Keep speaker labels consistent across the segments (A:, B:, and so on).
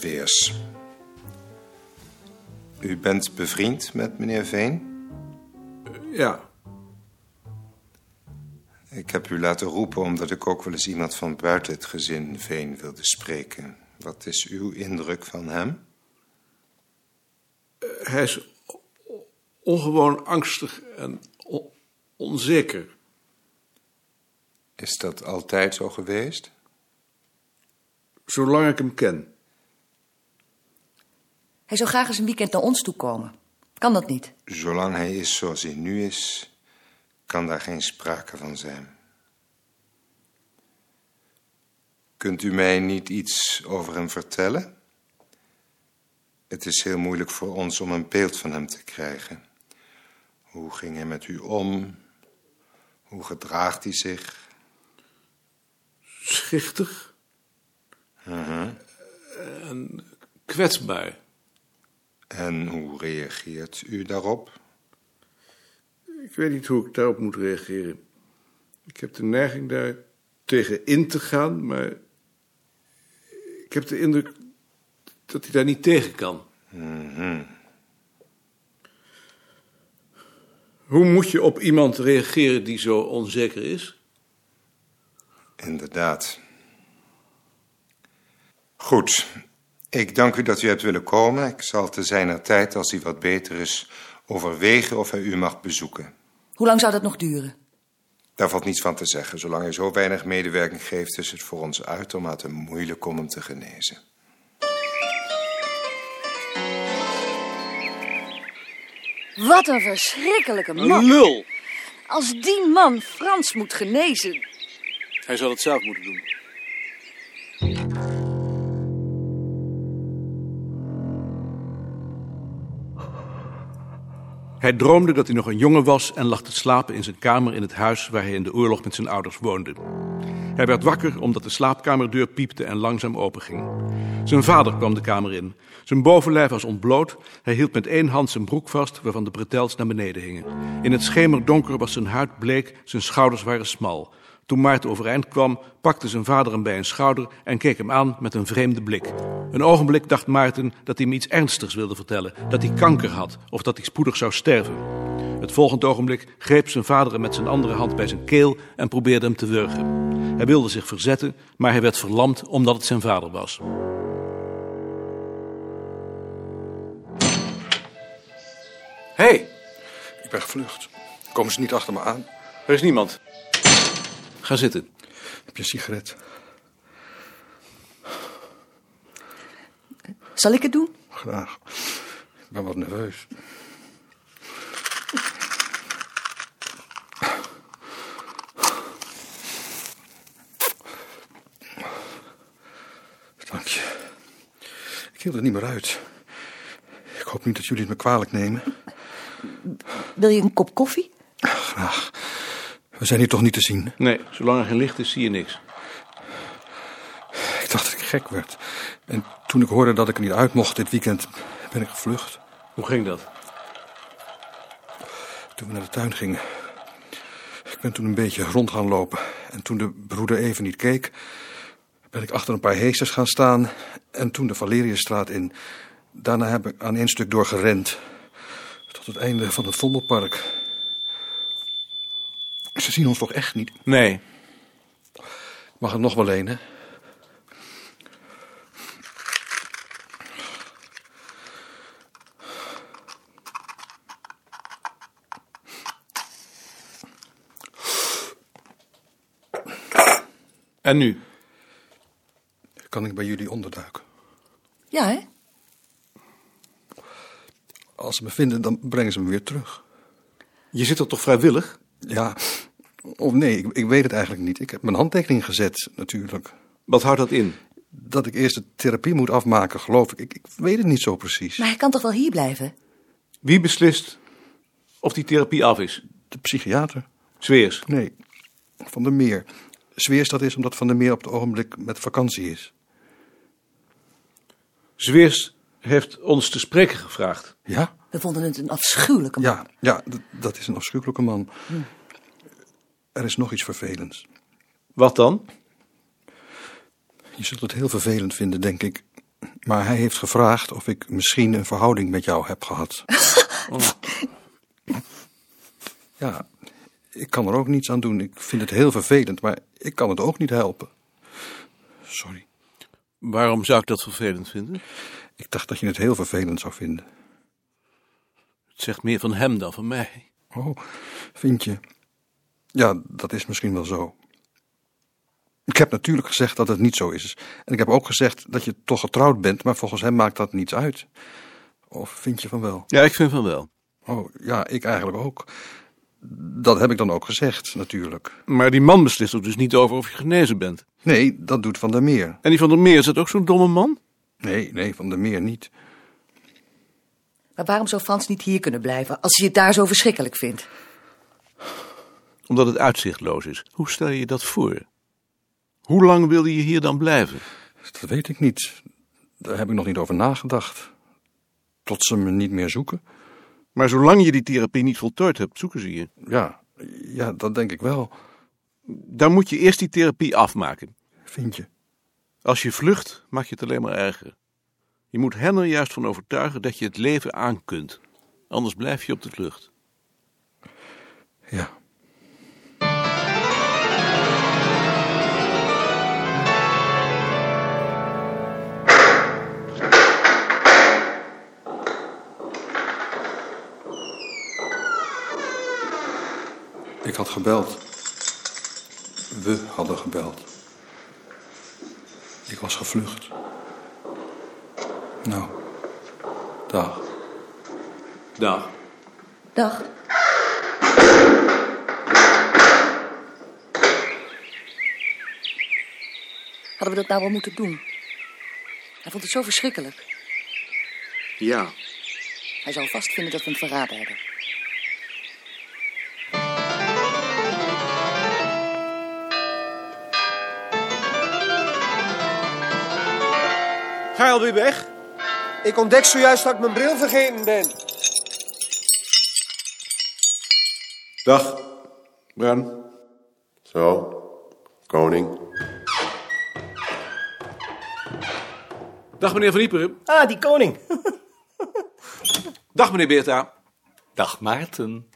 A: Weers. U bent bevriend met meneer Veen?
B: Ja,
A: Ik heb u laten roepen omdat ik ook wel eens iemand van buiten het gezin Veen wilde spreken. Wat is uw indruk van hem?
B: hij is o- ongewoon angstig en on- onzeker.
A: Is dat altijd zo geweest?
B: Zolang ik hem ken.
C: Hij zou graag eens een weekend naar ons toe komen. Kan dat niet?
A: Zolang hij is zoals hij nu is, kan daar geen sprake van zijn. Kunt u mij niet iets over hem vertellen? Het is heel moeilijk voor ons om een beeld van hem te krijgen. Hoe ging hij met u om? Hoe gedraagt hij zich?
B: Schichtig. En kwetsbaar.
A: En hoe reageert u daarop?
B: Ik weet niet hoe ik daarop moet reageren. Ik heb de neiging daar tegen in te gaan, maar ik heb de indruk dat hij daar niet tegen kan. Hoe moet je op iemand reageren die zo onzeker is?
A: Inderdaad. Goed. Ik dank u dat u hebt willen komen. Ik zal te zijner tijd, als hij wat beter is, overwegen of hij u mag bezoeken.
C: Hoe lang zou dat nog duren?
A: Daar valt niets van te zeggen. Zolang hij zo weinig medewerking geeft, is het voor ons uitermate moeilijk om hem te genezen.
C: Wat een verschrikkelijke man.
D: Lul!
C: Als die man Frans moet genezen.
D: Hij zal het zelf moeten doen.
E: Hij droomde dat hij nog een jongen was en lag te slapen in zijn kamer in het huis waar hij in de oorlog met zijn ouders woonde. Hij werd wakker omdat de slaapkamerdeur piepte en langzaam openging. Zijn vader kwam de kamer in. Zijn bovenlijf was ontbloot. Hij hield met één hand zijn broek vast, waarvan de bretels naar beneden hingen. In het schemerdonker was zijn huid bleek, zijn schouders waren smal. Toen Maarten overeind kwam, pakte zijn vader hem bij een schouder en keek hem aan met een vreemde blik. Een ogenblik dacht Maarten dat hij hem iets ernstigs wilde vertellen: dat hij kanker had of dat hij spoedig zou sterven. Het volgende ogenblik greep zijn vader hem met zijn andere hand bij zijn keel en probeerde hem te wurgen. Hij wilde zich verzetten, maar hij werd verlamd omdat het zijn vader was.
D: Hé, hey,
F: Ik ben gevlucht. Komen ze niet achter me aan?
D: er is niemand.
E: Ga zitten.
F: Heb je een sigaret?
C: Zal ik het doen?
F: Graag. Ik ben wat nerveus. Dank je. Ik hield het niet meer uit. Ik hoop niet dat jullie het me kwalijk nemen.
C: Wil je een kop koffie?
F: Graag. We zijn hier toch niet te zien.
E: Nee, zolang er geen licht is, zie je niks.
F: Ik dacht dat ik gek werd. En toen ik hoorde dat ik er niet uit mocht dit weekend, ben ik gevlucht.
E: Hoe ging dat?
F: Toen we naar de tuin gingen. Ik ben toen een beetje rond gaan lopen. En toen de broeder even niet keek, ben ik achter een paar heesters gaan staan. En toen de Valeriusstraat in. Daarna heb ik aan één stuk doorgerend. Tot het einde van het Vondelpark. Ze zien ons toch echt niet?
E: Nee.
F: Mag er nog wel een, hè?
E: En nu?
F: Kan ik bij jullie onderduiken?
C: Ja, hè?
F: Als ze me vinden, dan brengen ze me weer terug.
E: Je zit er toch vrijwillig?
F: Ja, of nee, ik, ik weet het eigenlijk niet. Ik heb mijn handtekening gezet, natuurlijk.
E: Wat houdt dat in?
F: Dat ik eerst de therapie moet afmaken, geloof ik. Ik, ik weet het niet zo precies.
C: Maar hij kan toch wel hier blijven?
E: Wie beslist of die therapie af is?
F: De psychiater?
E: Zweers.
F: Nee, Van der Meer. Zweers dat is omdat Van der Meer op het ogenblik met vakantie is.
E: Zweers heeft ons te spreken gevraagd.
F: Ja?
C: We vonden het een afschuwelijke man.
F: Ja, ja d- dat is een afschuwelijke man. Er is nog iets vervelends.
E: Wat dan?
F: Je zult het heel vervelend vinden, denk ik. Maar hij heeft gevraagd of ik misschien een verhouding met jou heb gehad. Oh. Ja, ik kan er ook niets aan doen. Ik vind het heel vervelend, maar ik kan het ook niet helpen. Sorry.
E: Waarom zou ik dat vervelend vinden?
F: Ik dacht dat je het heel vervelend zou vinden.
E: Het zegt meer van hem dan van mij.
F: Oh, vind je? Ja, dat is misschien wel zo. Ik heb natuurlijk gezegd dat het niet zo is. En ik heb ook gezegd dat je toch getrouwd bent, maar volgens hem maakt dat niets uit. Of vind je van wel?
E: Ja, ik vind van wel.
F: Oh, ja, ik eigenlijk ook. Dat heb ik dan ook gezegd, natuurlijk.
E: Maar die man beslist er dus niet over of je genezen bent.
F: Nee, dat doet Van der Meer.
E: En die van der Meer, is dat ook zo'n domme man?
F: Nee, nee, Van der Meer niet.
G: Maar waarom zou Frans niet hier kunnen blijven als hij het daar zo verschrikkelijk vindt?
E: Omdat het uitzichtloos is. Hoe stel je je dat voor? Hoe lang wil je hier dan blijven?
F: Dat weet ik niet. Daar heb ik nog niet over nagedacht. Tot ze me niet meer zoeken.
E: Maar zolang je die therapie niet voltooid hebt, zoeken ze je.
F: Ja, ja, dat denk ik wel.
E: Dan moet je eerst die therapie afmaken.
F: Vind je?
E: Als je vlucht, maak je het alleen maar erger. Je moet hen er juist van overtuigen dat je het leven aan kunt. Anders blijf je op de vlucht.
F: Ja. Ik had gebeld. We hadden gebeld. Ik was gevlucht. Nou, dag.
E: Dag.
G: Dag.
C: Hadden we dat nou wel moeten doen? Hij vond het zo verschrikkelijk.
D: Ja.
C: Hij zou vast vinden dat we hem verraden hebben.
H: Ga je alweer weg? Ik ontdek zojuist dat ik mijn bril vergeten ben.
I: Dag.
D: Bruin.
I: Zo, koning.
E: Dag meneer Van Ieperen.
H: Ah, die koning.
E: Dag meneer Beerta.
J: Dag Maarten.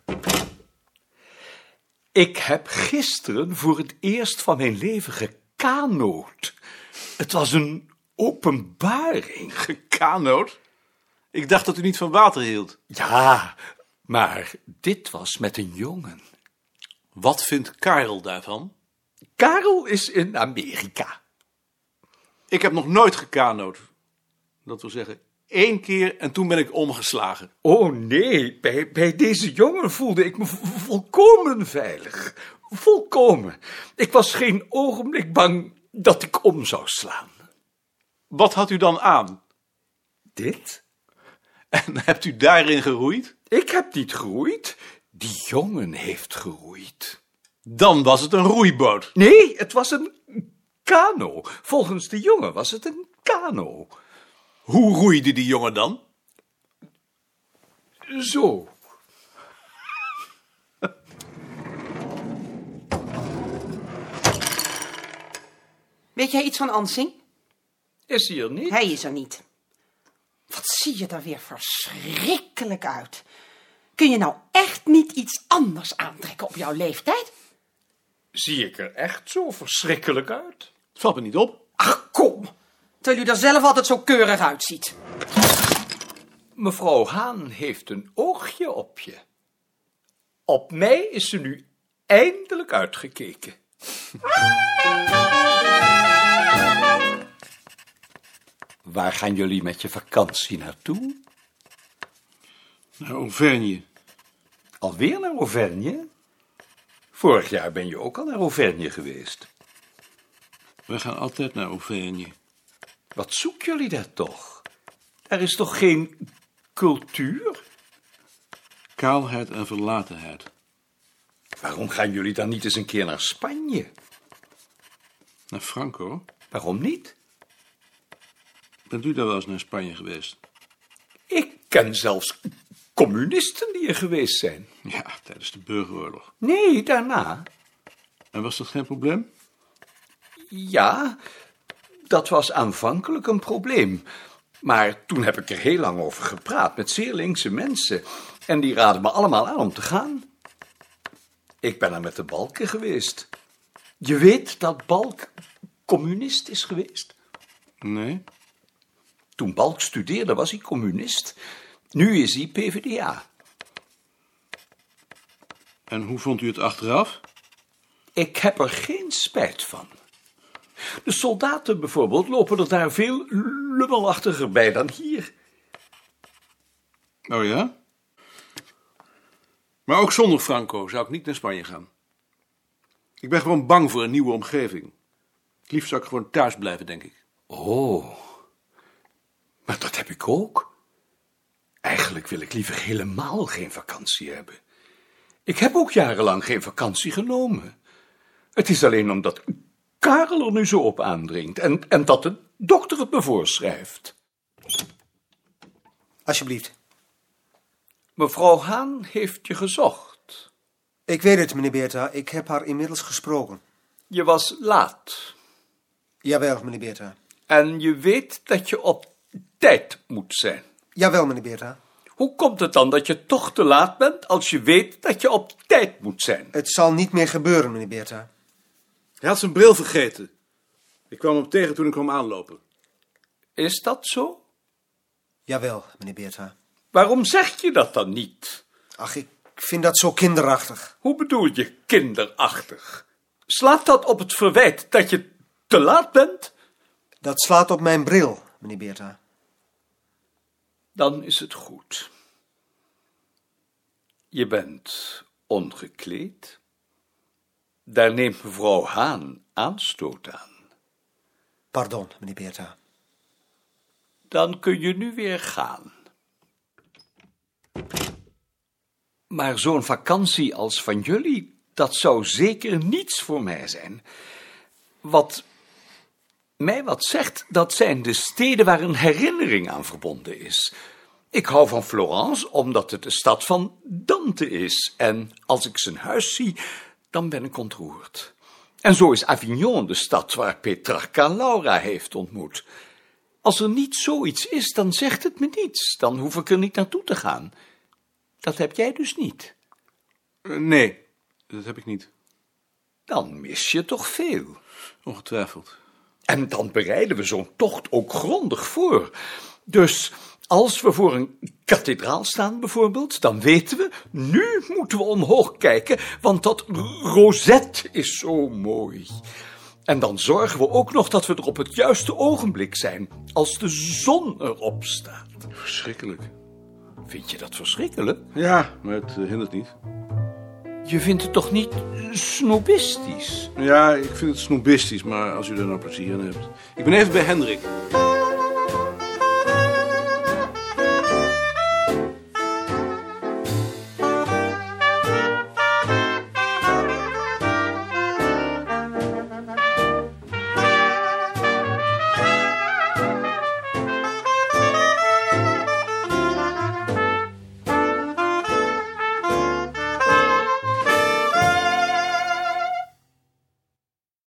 J: Ik heb gisteren voor het eerst van mijn leven gekanoot. Het was een openbaring.
E: Gekanoot? Ik dacht dat u niet van water hield.
J: Ja, maar dit was met een jongen.
E: Wat vindt Karel daarvan?
J: Karel is in Amerika.
E: Ik heb nog nooit gekanoot. Dat wil zeggen, één keer en toen ben ik omgeslagen.
J: Oh nee, bij, bij deze jongen voelde ik me vo- vo- volkomen veilig. Volkomen. Ik was geen ogenblik bang dat ik om zou slaan.
E: Wat had u dan aan?
J: Dit?
E: En hebt u daarin geroeid?
J: Ik heb niet geroeid. Die jongen heeft geroeid.
E: Dan was het een roeiboot.
J: Nee, het was een kano. Volgens de jongen was het een kano.
E: Hoe roeide die jongen dan?
J: Zo.
K: Weet jij iets van Ansing?
J: Is hij er niet?
K: Hij is er niet. Wat zie je daar weer verschrikkelijk uit. Kun je nou echt niet iets anders aantrekken op jouw leeftijd?
J: Zie ik er echt zo verschrikkelijk uit?
E: Het valt me niet op.
K: Ach, kom. Terwijl u er zelf altijd zo keurig uitziet.
J: Mevrouw Haan heeft een oogje op je. Op mij is ze nu eindelijk uitgekeken. Waar gaan jullie met je vakantie naartoe?
E: Naar Auvergne.
J: Alweer naar Auvergne? Vorig jaar ben je ook al naar Auvergne geweest.
E: Wij gaan altijd naar Auvergne.
J: Wat zoeken jullie daar toch? Er is toch geen cultuur?
E: Kaalheid en verlatenheid.
J: Waarom gaan jullie dan niet eens een keer naar Spanje?
E: Naar Franco?
J: Waarom niet?
E: Bent u daar wel eens naar Spanje geweest?
J: Ik ken zelfs communisten die er geweest zijn.
E: Ja, tijdens de burgeroorlog.
J: Nee, daarna.
E: En was dat geen probleem?
J: Ja, dat was aanvankelijk een probleem. Maar toen heb ik er heel lang over gepraat met zeer linkse mensen. En die raden me allemaal aan om te gaan. Ik ben er met de balken geweest. Je weet dat Balk communist is geweest?
E: Nee.
J: Toen Balk studeerde was hij communist. Nu is hij PvdA.
E: En hoe vond u het achteraf?
J: Ik heb er geen spijt van. De soldaten bijvoorbeeld lopen er daar veel lummelachtiger bij dan hier.
E: Oh ja? Maar ook zonder Franco zou ik niet naar Spanje gaan. Ik ben gewoon bang voor een nieuwe omgeving. Het liefst zou ik gewoon thuis blijven, denk ik.
J: Oh, maar dat heb ik ook. Eigenlijk wil ik liever helemaal geen vakantie hebben. Ik heb ook jarenlang geen vakantie genomen. Het is alleen omdat Karel er nu zo op aandringt en, en dat de dokter het me voorschrijft.
H: Alsjeblieft.
J: Mevrouw Haan heeft je gezocht.
H: Ik weet het, meneer Beerta. Ik heb haar inmiddels gesproken.
J: Je was laat.
H: Jawel, meneer Beerta.
J: En je weet dat je op tijd moet zijn.
H: Jawel, meneer Beerta.
J: Hoe komt het dan dat je toch te laat bent als je weet dat je op tijd moet zijn?
H: Het zal niet meer gebeuren, meneer Beerta.
E: Hij had zijn bril vergeten. Ik kwam hem tegen toen ik kwam aanlopen.
J: Is dat zo?
H: Jawel, meneer Beerta.
J: Waarom zeg je dat dan niet?
H: Ach, ik vind dat zo kinderachtig.
J: Hoe bedoel je kinderachtig? Slaat dat op het verwijt dat je te laat bent?
H: Dat slaat op mijn bril, meneer Beerta.
J: Dan is het goed. Je bent ongekleed. Daar neemt mevrouw Haan aanstoot aan.
H: Pardon, meneer Beerta.
J: Dan kun je nu weer gaan. Maar zo'n vakantie als van jullie, dat zou zeker niets voor mij zijn. Wat mij wat zegt, dat zijn de steden waar een herinnering aan verbonden is. Ik hou van Florence omdat het de stad van Dante is. En als ik zijn huis zie, dan ben ik ontroerd. En zo is Avignon de stad waar Petrarca Laura heeft ontmoet. Als er niet zoiets is, dan zegt het me niets. Dan hoef ik er niet naartoe te gaan. Dat heb jij dus niet.
E: Uh, nee, dat heb ik niet.
J: Dan mis je toch veel.
E: Ongetwijfeld.
J: En dan bereiden we zo'n tocht ook grondig voor. Dus als we voor een kathedraal staan bijvoorbeeld, dan weten we, nu moeten we omhoog kijken, want dat rozet is zo mooi. En dan zorgen we ook nog dat we er op het juiste ogenblik zijn, als de zon erop staat.
E: Verschrikkelijk.
J: Vind je dat verschrikkelijk?
E: Ja, maar het eh, hindert niet.
J: Je vindt het toch niet snobistisch?
E: Ja, ik vind het snobistisch, maar als u er nou plezier in hebt. Ik ben even bij Hendrik.